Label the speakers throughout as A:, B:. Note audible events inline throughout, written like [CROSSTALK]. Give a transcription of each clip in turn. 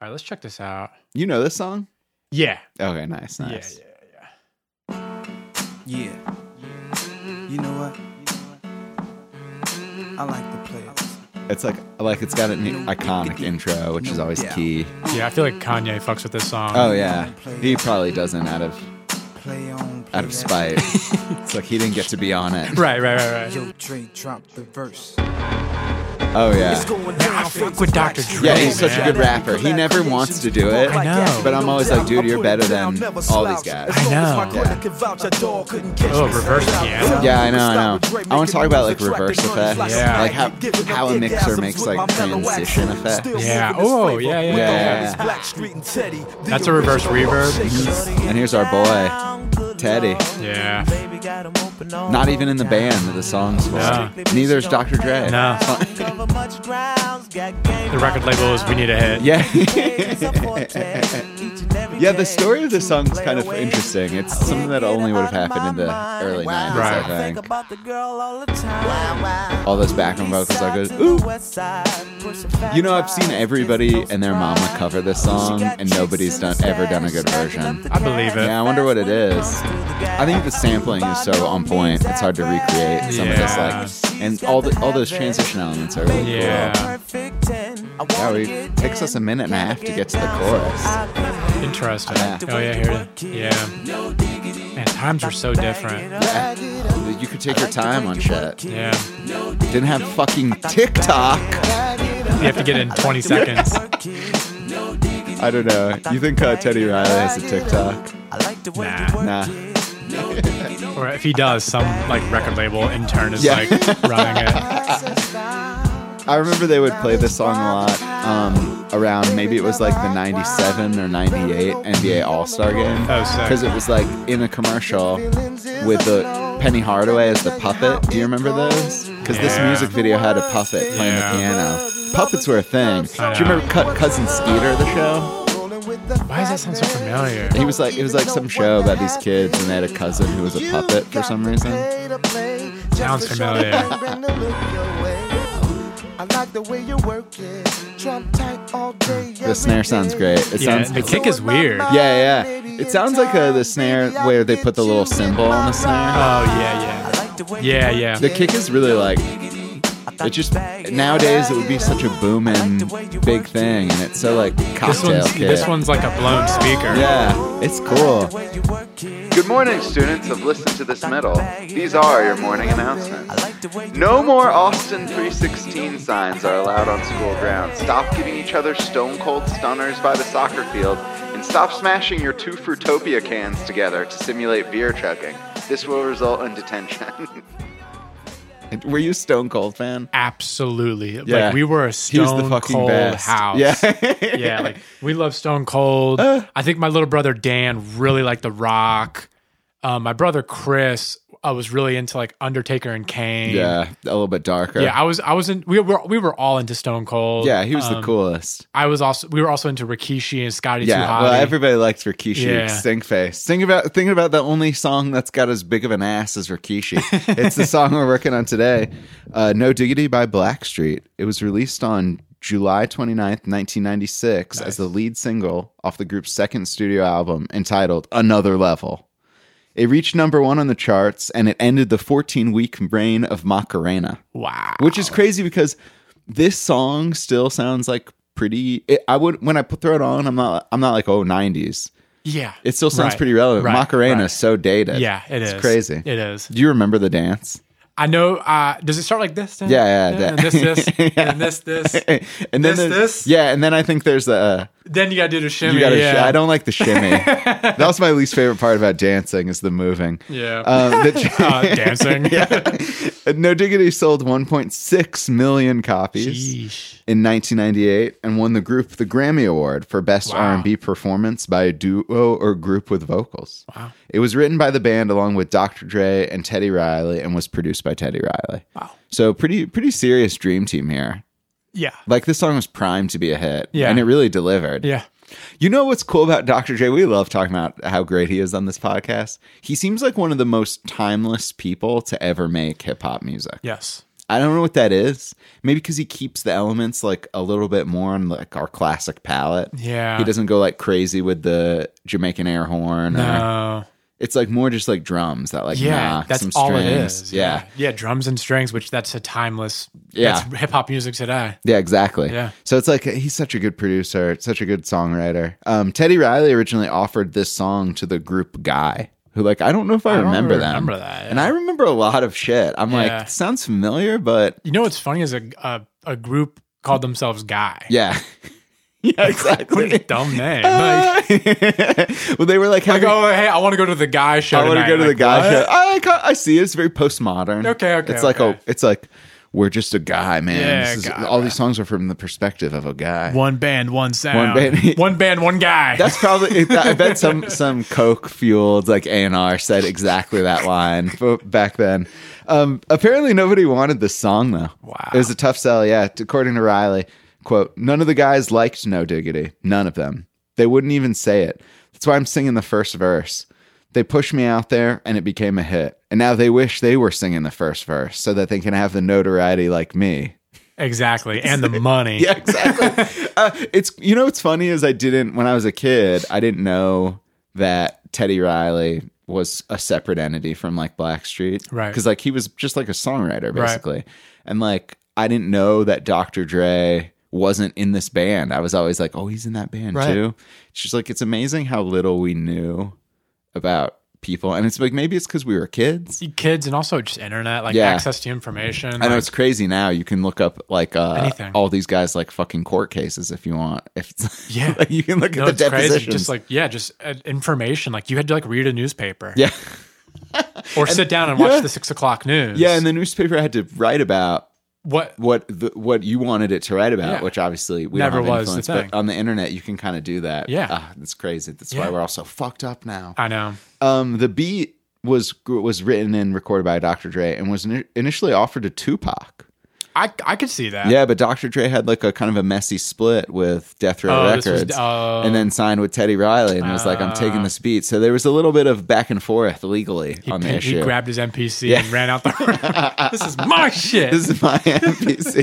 A: right, let's check this out.
B: You know this song?
A: Yeah.
B: Okay, nice,
A: Yeah,
B: nice.
A: yeah, yeah.
C: Yeah. You know what? I like to play it.
B: It's like like it's got an iconic intro, which is always key.
A: Yeah, I feel like Kanye fucks with this song.
B: Oh yeah, he probably doesn't out of
C: Play on. Play
B: out of spite. it's like he didn't get to be on it.
A: Right, right, right, right.
C: Yo, Dre dropped the verse.
B: Oh yeah,
A: I fuck with Dr. Dre.
B: yeah. He's such a
A: man.
B: good rapper. He never wants to do it.
A: I know.
B: But I'm always like, dude, you're better than all these guys.
A: I know. Oh, reverse piano.
B: Yeah, I know, I know. I want to talk about like reverse effect.
A: Yeah.
B: Like how how a mixer makes like transition effect.
A: Yeah. Oh, yeah, yeah,
B: yeah.
A: yeah. That's a reverse reverb.
B: And here's our boy, Teddy.
A: Yeah.
B: Not even in the band that the song's for.
A: No.
B: Neither is Dr. Dre.
A: No. The record label is We Need a Hit.
B: Yeah. yeah, the story of this song is kind of interesting. It's something that only would have happened in the early 90s,
A: Right.
B: I think.
D: about the girl all the time.
B: [LAUGHS] All those background vocals are good. Ooh. You know, I've seen everybody and their mama cover this song, and nobody's done ever done a good version.
A: I believe it.
B: Yeah, I wonder what it is. I think the sampling is so on point. It's hard to recreate some
A: Yeah.
B: of this, like, and all the all those transition elements are really
A: Yeah.
B: cool. Yeah, we, it takes us a minute and a half to get to the chorus.
A: Interesting.
B: Yeah.
A: Oh, yeah, here it is. Yeah. Man, times are so different.
B: Yeah. You could take your time on shit.
A: Yeah.
B: Didn't have fucking TikTok.
A: You have to get it in 20 seconds.
B: I don't know. You think uh, Teddy Riley has a TikTok?
A: Nah.
B: Nah.
A: Or if he does, some like record label intern is
B: Yeah.
A: like running it.
B: I remember they would play this song a lot um, around maybe it was like the 97 or 98 NBA All Star game.
A: Oh, sick.
B: Because it was like in a commercial with the Penny Hardaway as the puppet. Do you remember those? Because this
A: Yeah.
B: music video had a puppet playing
A: Yeah.
B: the piano. Puppets were a thing.
A: I
B: Do you
A: know.
B: remember Cut Cousin Skeeter, the show?
A: Why does that sound so familiar?
B: He was like it was like some show about these kids and they had a cousin who was a puppet for some reason.
A: Sounds familiar.
B: The snare sounds great. It
A: Yeah,
B: sounds
A: the kick is weird. Oh,
B: Yeah, yeah. It sounds like uh the snare where they put the little cymbal on the snare.
A: Oh, yeah, yeah. Yeah, yeah.
B: The kick is really like it just nowadays it would be such a booming big thing, and it's so like
A: This
B: cocktail
A: one's,
B: kick.
A: this one's like a blown speaker.
B: Yeah, it's cool. Oh. Good morning, students of Listen to This Metal. These are your morning announcements. No more Austin 316 signs are allowed on school grounds. Stop giving each other stone cold stunners by the soccer field, and stop smashing your two Fruitopia cans together to simulate beer chugging. This will result in [LAUGHS] detention. Were you Stone Cold fan?
A: Absolutely.
B: Yeah.
A: Like we were a stone cold house.
B: Yeah.
A: yeah, like we love Stone Cold.
B: Uh.
A: I think my little brother Dan really liked The Rock. Um, my brother Chris, I was really into like Undertaker and Kane.
B: [LAUGHS] yeah, a little bit darker.
A: yeah. I was, I was in. We were, we were all into Stone Cold.
B: Yeah, he was the
A: Um,
B: coolest.
A: I was also, we were also into Rikishi and Scotty
B: Yeah,
A: Too
B: well, everybody likes Rikishi.
A: Yeah.
B: Stinkface. Think about think about the only song that's got as big of an ass
A: [LAUGHS]
B: as Rikishi. it's the song we're working on today. Uh, no Diggity by Blackstreet. It was released on July 29th, 1996 as the lead single off the group's second studio album entitled Another Level. It reached number 1 on the charts and it ended the 14-week reign of Macarena
A: wow.
B: which is crazy because this song still sounds like pretty it, i would when i put, throw it on i'm not i'm not like oh 90s
A: Yeah.
B: it still sounds
A: Right,
B: pretty relevant
A: right,
B: macarena
A: right.
B: is so dated
A: Yeah, it
B: it's
A: is.
B: crazy
A: It is.
B: do you remember
A: [LAUGHS]
B: the dance [LAUGHS]
A: I know. Uh, does it start like this? Then?
B: Yeah, yeah,
A: Then
B: that-
A: This, this,
B: [LAUGHS] Yeah.
A: and this, this.
B: and then
A: This,
B: there's-
A: this?
B: yeah and then i think there's the uh,
A: Then you gotta do the shimmy.
B: you gotta
A: yeah.
B: sh- i don't like
A: [LAUGHS]
B: the shimmy that was my least favorite part about dancing is the moving
A: Yeah.
B: um, the- [LAUGHS]
A: uh, dancing.
B: no diggity sold 1.6 million copies
A: Yeesh.
B: in 1998 and won the group the Grammy Award for Best
A: Wow.
B: R&B Performance by a duo or group with vocals. Wow. It was written by the band along with Dr. Dre and Teddy Riley and was produced by Teddy Riley. Wow. So pretty pretty serious dream team here.
A: Yeah.
B: Like this song was primed to be a hit
A: Yeah.
B: and it really delivered.
A: Yeah.
B: You know what's cool about Dr. Dre? We love talking about how great he is on this podcast. He seems like one of the most timeless people to ever make hip hop music.
A: Yes.
B: I don't know what that is. Maybe because he keeps the elements like a little bit more on like our classic palette.
A: Yeah.
B: He doesn't go like crazy with the Jamaican air horn. Or,
A: No.
B: it's like more just like drums that like
A: Yeah,
B: knock
A: that's
B: some strings.
A: all it is.
B: Yeah.
A: yeah, drums and strings, which that's a timeless.
B: Yeah.
A: that's hip hop music today.
B: Yeah, exactly.
A: Yeah.
B: So it's like he's such a good producer, such a good songwriter. Um, Teddy Riley originally offered this song to the group Guy, who like I don't know if I,
A: I don't
B: remember them.
A: remember that,
B: And I remember a lot of shit. I'm
A: Yeah.
B: like, sounds familiar, but
A: You know what's funny is a a, a group called themselves Guy.
B: yeah. [LAUGHS]
A: [LAUGHS]
B: yeah, exactly. Uh,
A: What a dumb name. Like,
B: [LAUGHS] well, they were like,
A: like,
B: having,
A: oh, hey, I want to go to the Guy show.
B: I want to
A: tonight."
B: go to the
A: Like,
B: guy
A: what?
B: show. I, ca- I see. It's very postmodern.
A: Okay, okay,
B: It's like
A: okay.
B: a. It's like we're just a guy, man.
A: Yeah,
B: This is-
A: guy,
B: all
A: man.
B: these songs are from the perspective of a guy.
A: One band, one sound.
B: One band. [LAUGHS]
A: one band, one guy.
B: That's probably. it- I bet some some coke fueled like A and R said exactly that line b- back then. Um, apparently, nobody wanted this song though.
A: Wow.
B: it was a tough sell. Yeah, t- according to Riley, quote: None of the guys liked No Diggity. None of them. They wouldn't even say it. That's why I'm singing the first verse. They pushed me out there, and it became a hit. And now they wish they were singing the first verse so that they can have the notoriety like me.
A: exactly, and
B: [LAUGHS]
A: the money.
B: Yeah,
A: [LAUGHS]
B: exactly. uh, it's you know what's funny is I didn't when I was a kid I didn't know that Teddy Riley was a separate entity from like Blackstreet,
A: Right.
B: Because like he was just like a songwriter
A: Right.
B: basically, and like I didn't know that Dr. Dre wasn't in this band. I was always like, oh, he's in that band
A: Right.
B: too. It's just like it's amazing how little we knew about people, and it's like maybe it's because we were kids.
A: Kids and also just internet, like
B: Yeah.
A: access to information.
B: I know
A: like-
B: it's crazy now. You can look up like uh,
A: Anything.
B: all these guys like fucking court cases if you want. [LAUGHS] If it's,
A: Yeah.
B: like, you can look
A: no,
B: at
A: it's
B: the depositions.
A: crazy. Just like yeah, just uh, information. Like you had to like read a newspaper,
B: yeah,
A: [LAUGHS] or sit down and watch
B: yeah.
A: the six o'clock news.
B: yeah. And the newspaper had to write about
A: what?
B: what the, what you wanted it to write about,
A: Yeah.
B: which obviously we
A: Never
B: don't have
A: was the
B: influence,
A: thing.
B: But on the internet, you can kind of do that.
A: Yeah.
B: Ah, that's crazy. That's why
A: Yeah.
B: we're all so fucked up now.
A: I know.
B: Um, the beat was was written and recorded by Dr. Dre and was ini- initially offered to Tupac.
A: I I could see that.
B: Yeah, but Dr. Dre had like a kind of a messy split with Death Row
A: Oh, this was-
B: Records,
A: oh. Ah.
B: and then signed with Teddy Riley, and was like, "I'm taking this beat." So there was a little bit of back and forth legally
A: He,
B: on the
A: pin- he
B: issue.
A: grabbed his MPC and ran out the [LAUGHS] room. this is my shit.
B: [LAUGHS] this is my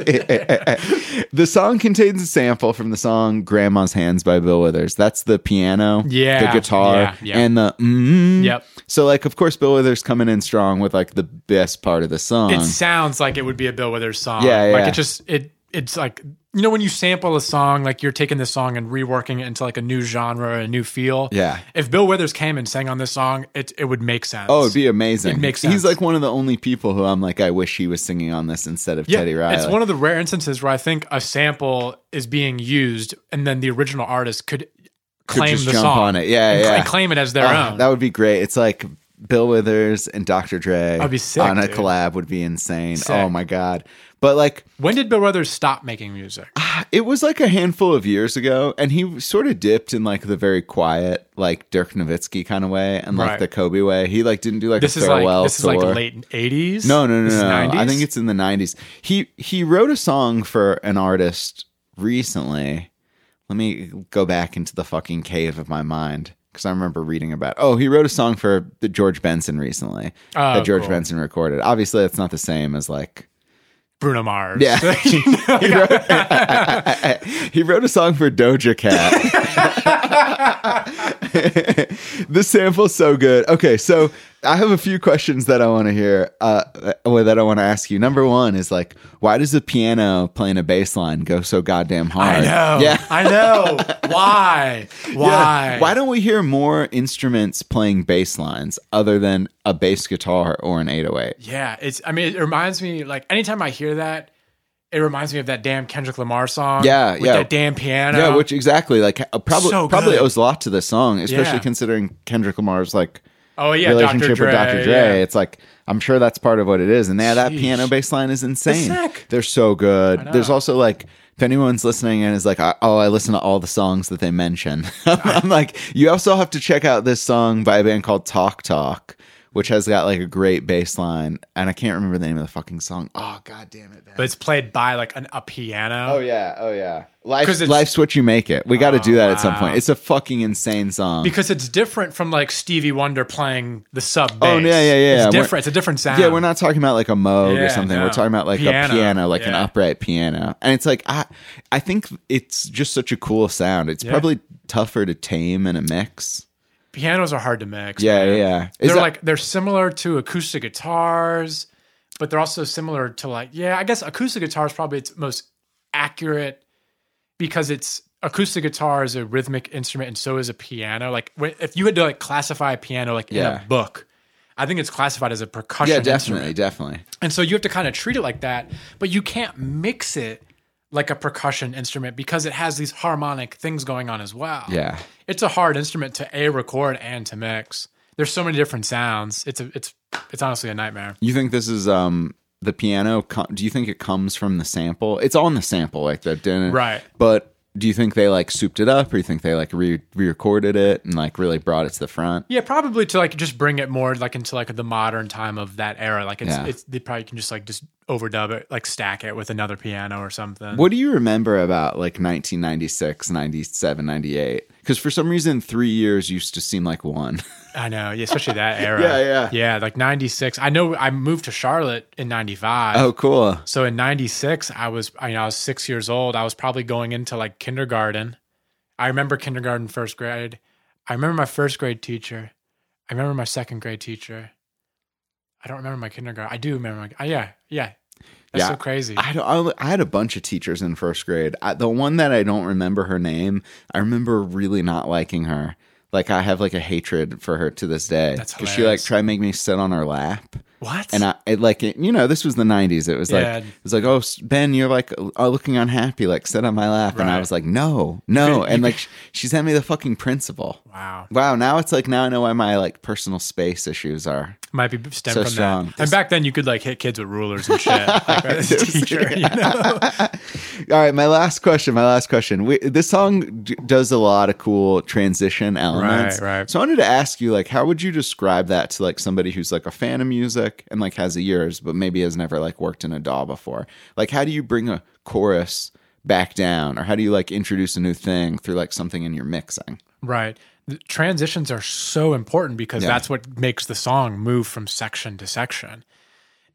B: MPC. [LAUGHS] the song contains a sample from the song "Grandma's Hands" by Bill Withers. That's the piano,
A: Yeah,
B: the guitar,
A: yeah, yeah.
B: and the mm.
A: Yep.
B: So, like, of course, Bill Withers coming in strong with like the best part of the song.
A: it sounds like it would be a Bill Withers song.
B: Yeah, yeah.
A: Like it just it it's like you know when you sample a song, like you're taking this song and reworking it into like a new genre, a new feel.
B: Yeah.
A: If Bill Withers came and sang on this song, it it would make sense.
B: Oh, it'd be amazing.
A: It makes
B: He's
A: sense.
B: like one of the only people who I'm like, I wish he was singing on this instead of Teddy Riley.
A: It's one of the rare instances where I think a sample is being used and then the original artist could claim
B: just
A: the
B: jump
A: song
B: on it. Yeah,
A: and,
B: yeah.
A: and claim it as their
B: Oh,
A: own.
B: That would be great. It's like Bill Withers and Dr. Dre
A: That'd be sick,
B: on a
A: dude.
B: collab would be insane.
A: Sick.
B: Oh my god. But like
A: when did Bill Withers stop making music?
B: it was like a handful of years ago and he sort of dipped in like the very quiet like Dirk Nowitzki kind of way and like
A: Right.
B: the Kobe way. He like didn't do like
A: This
B: a
A: is
B: farewell
A: like this is like
B: tour.
A: late eighties.
B: No, no, no, no. I think it's in the '90s. He he wrote a song for an artist recently. Let me go back into the fucking cave of my mind because I remember reading about. Oh, he wrote a song for the George Benson recently
A: Oh,
B: that George
A: cool.
B: Benson recorded. Obviously, that's not the same as like.
A: Bruno Mars.
B: Yeah,
A: [LAUGHS]
B: he, wrote, [LAUGHS] he wrote a song for Doja Cat. [LAUGHS] this sample's so good. Okay, so I have a few questions that I want to hear, uh, or that I want to ask you. Number one is like, why does the piano playing a bass line go so goddamn hard? [LAUGHS]
A: I know.
B: Yeah.
A: I
B: [LAUGHS]
A: know. Why? Why?
B: Yeah. Why don't we hear more instruments playing bass lines other than a bass guitar or an 808?
A: Yeah, it's. I mean, it reminds me. Like anytime I hear that, it reminds me of that damn Kendrick Lamar song.
B: Yeah,
A: with
B: yeah.
A: that damn piano.
B: Yeah, which exactly like uh, probably
A: So
B: probably
A: good.
B: owes a lot to this song, especially
A: Yeah.
B: considering Kendrick Lamar's like
A: oh yeah,
B: relationship
A: Dr. Dre,
B: with Dr. Dre.
A: yeah.
B: It's like I'm sure that's part of what it is. And yeah, that
A: Jeez.
B: piano bass line is insane.
A: It's sick.
B: They're so good.
A: know.
B: There's also like if anyone's listening and is like, I- oh, I listen to all the songs that they [LAUGHS] mention. I'm like, you also have to check out this song by a band called Talk Talk. which has got like a great bass line, and I can't remember the name of the fucking song. Oh god damn it! man.
A: but it's played by like an, a piano.
B: oh yeah, oh yeah. Life,
A: 'Cause it's-
B: life's what you make it. We got to
A: Oh,
B: do that at some
A: wow.
B: point. It's a fucking insane song.
A: Because it's different from like Stevie Wonder playing the sub bass.
B: Oh, yeah, yeah, yeah, yeah.
A: It's
B: We're-
A: different. It's a different sound.
B: Yeah, we're not talking about like a Moog or
A: Yeah,
B: something.
A: no.
B: We're talking about like
A: Piano.
B: a piano, like an
A: Yeah.
B: upright piano. And it's like I I think it's just such a cool sound. It's
A: Yeah.
B: probably tougher to tame in a mix.
A: Pianos are hard to mix.
B: Yeah,
A: man.
B: yeah, yeah. Is
A: they're
B: that-
A: like they're similar to acoustic guitars, but they're also similar to like yeah, I guess acoustic guitar is probably its most accurate because it's acoustic guitar is a rhythmic instrument and so is a piano. Like when, if you had to like classify a piano like in
B: Yeah.
A: a book, I think it's classified as a percussion
B: yeah,
A: instrument.
B: definitely, definitely.
A: And so you have to kind of treat it like that, but you can't mix it like a percussion instrument because it has these harmonic things going on as well.
B: Yeah.
A: It's a hard instrument to a record and to mix. There's so many different sounds. It's a, it's it's honestly a nightmare.
B: You think this is um the piano com- do you think it comes from the sample? It's on the sample like that, didn't it?
A: Right.
B: But do you think they like souped it up or you think they like re recorded it and like really brought it to the front?
A: Yeah, probably to like just bring it more like into like the modern time of that era. Like it's
B: Yeah.
A: it's they probably can just like just overdub it, like stack it with another piano or something.
B: What do you remember about like 1996, 97, 98? Because for some reason, three years used to seem like
A: [LAUGHS]
B: one.
A: I know, yeah, especially
B: [LAUGHS]
A: that era.
B: Yeah, yeah.
A: yeah. Like '96. I know I moved to Charlotte in '95.
B: oh, cool.
A: So in '96, I was I, mean, I was six years old. I was probably going into like kindergarten. I remember kindergarten, first grade. I remember my first grade teacher. I remember my second grade teacher. I don't remember my kindergarten. I do remember. My, uh, yeah, yeah. That's
B: Yeah.
A: so crazy.
B: I, don't, I, I had a bunch of teachers in first grade. I, the one that I don't remember her name, I remember really not liking her. Like I have like a hatred for her to this day
A: That's
B: she like
A: hilarious.
B: tried to make me sit on her lap,
A: what?
B: and I it, like it, you know this was the '90s. It was
A: Yeah.
B: like it was like oh s- Ben, you're like uh, looking unhappy, like sit on my lap, and I
A: Right.
B: was like no, no,
A: [LAUGHS]
B: and like sh- she sent me the fucking principal.
A: wow,
B: Wow, now it's like now I know why my like personal space issues are.
A: might be stemmed
B: So
A: from
B: strong.
A: that. And back then, you could like hit kids with rulers and
B: [LAUGHS]
A: shit. Like, [LAUGHS] as a teacher, you know?
B: All right, my last question, my last question. We, this song d- does a lot of cool transition elements.
A: Right, right.
B: So I wanted to ask you like how would you describe that to like somebody who's like a fan of music and like has a years but maybe has never like worked in a DAW before? Like how do you bring a chorus back down or how do you like introduce a new thing through like something in your mixing?
A: Right. The Transitions are so important because
B: Yeah.
A: that's what makes the song move from section to section.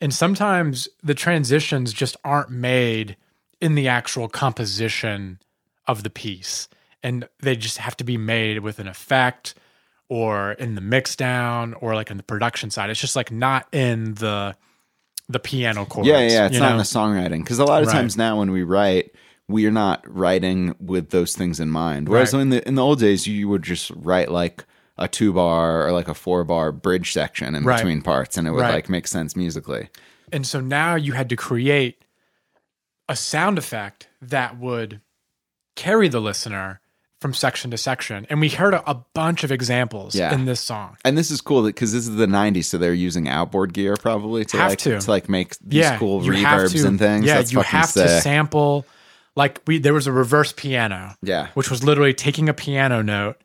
A: And sometimes the transitions just aren't made in the actual composition of the piece. And they just have to be made with an effect or in the mix down or like in the production side. It's just like not in the the piano chords.
B: Yeah, yeah, it's
A: you
B: not in
A: know?
B: the songwriting because a lot of
A: Right.
B: times now when we write, we are not writing with those things in mind. Whereas in the in the old days, you would just write like a two bar or like a four bar bridge section in
A: Right.
B: between parts, and it would
A: Right.
B: like make sense musically.
A: And so now you had to create a sound effect that would carry the listener from section to section. And we heard a, a bunch of examples
B: Yeah.
A: in this song.
B: And this is cool because this is the '90s, so they're using outboard gear probably to
A: Have
B: like
A: to.
B: like make these cool
A: you have
B: reverbs
A: to-
B: and things.
A: Yeah,
B: That's
A: you
B: fucking
A: have to
B: sick.
A: sample. Like we, there was a reverse piano.
B: Yeah.
A: which was literally taking a piano note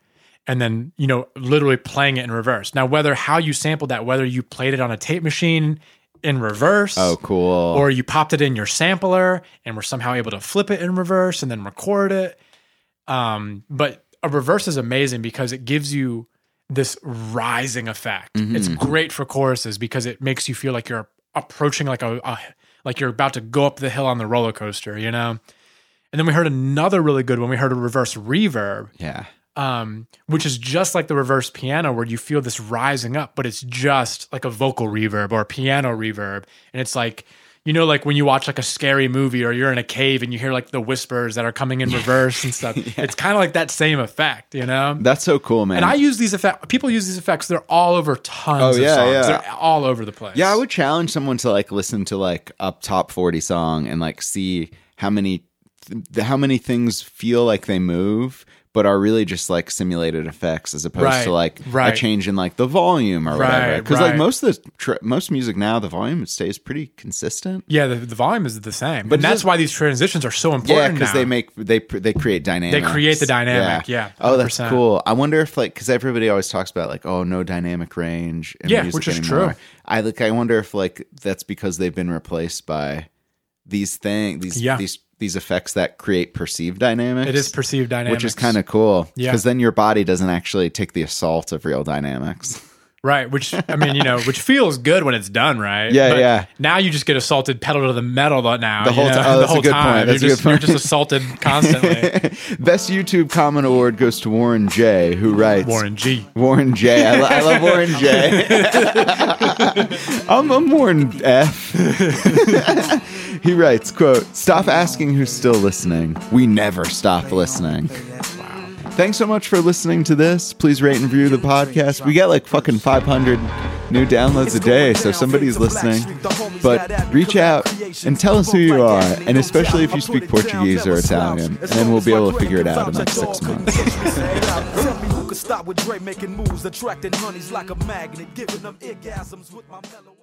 A: and then you know literally playing it in reverse. Now, whether how you sampled that, whether you played it on a tape machine in reverse,
B: Oh, cool.
A: or you popped it in your sampler and were somehow able to flip it in reverse and then record it. Um, but a reverse is amazing because it gives you this rising effect. It's great for choruses because it makes you feel like you're approaching like a, a like you're about to go up the hill on the roller coaster, you know. And then we heard another really good one. We heard a reverse reverb,
B: yeah.
A: um, which is just like the reverse piano, where you feel this rising up, but it's just like a vocal reverb or a piano reverb, and it's like you know, like when you watch like a scary movie or you're in a cave and you hear like the whispers that are coming in reverse and
B: [LAUGHS]
A: stuff. It's kind of like that same effect, you know.
B: That's so cool, man.
A: and I use these effects. People use these effects. They're all over tons
B: Oh, yeah,
A: of songs.
B: yeah.
A: They're all over the place.
B: Yeah, I would challenge someone to like listen to like up top 40 song and like see how many th- how many things feel like they move but are really just like simulated effects as opposed
A: Right,
B: to like
A: right.
B: a change in like the volume or whatever.
A: Right,
B: Because like
A: right.
B: most of the tr- most music now, the volume stays pretty consistent.
A: Yeah, the, the volume is the same, but
B: it's
A: that's
B: just-
A: why these transitions are so
B: Yeah,
A: important.
B: because
A: now.
B: they make they pr- they create dynamic.
A: create the dynamic, yeah,
B: oh, that's
A: 100%.
B: cool. I wonder if like because everybody always talks about like oh no dynamic range. In
A: Yeah,
B: music
A: which is
B: anymore.
A: true.
B: I like. I wonder if like that's because they've been replaced by these things. These
A: Yeah.
B: these these effects that create perceived dynamics.
A: it is perceived dynamics,
B: Which is kind of cool,
A: Yeah.
B: Because then your body doesn't actually take the assault of real dynamics. [LAUGHS]
A: right. Which I mean, you know, which feels good when it's done, right?
B: Yeah, yeah.
A: Now you just get assaulted pedal to the metal. tho- Now
B: The
A: you
B: whole
A: [LAUGHS] know,
B: ti- oh,
A: the
B: that's a
A: whole
B: good point.
A: time
B: That's a
A: you're, just,
B: good point.
A: you're just assaulted
B: [LAUGHS]
A: constantly.
B: Best YouTube comment award goes to Warren J, who writes
A: Warren G.
B: Warren J. I, lo- I love Warren J. I'm, I'm Warren F. he writes, quote, Stop asking who's still listening. We never stop listening. Thanks so much for listening to this. Please rate and review the podcast. We get like fucking 500 new downloads a day, so somebody's listening. But reach out and tell us who you are, and especially if you speak Portuguese or Italian, and then we'll be able to figure it out in like six months.
E: [LAUGHS] Tell me who could stop with Dre making moves, attracting honeys like a magnet, giving them orgasms with my mellow.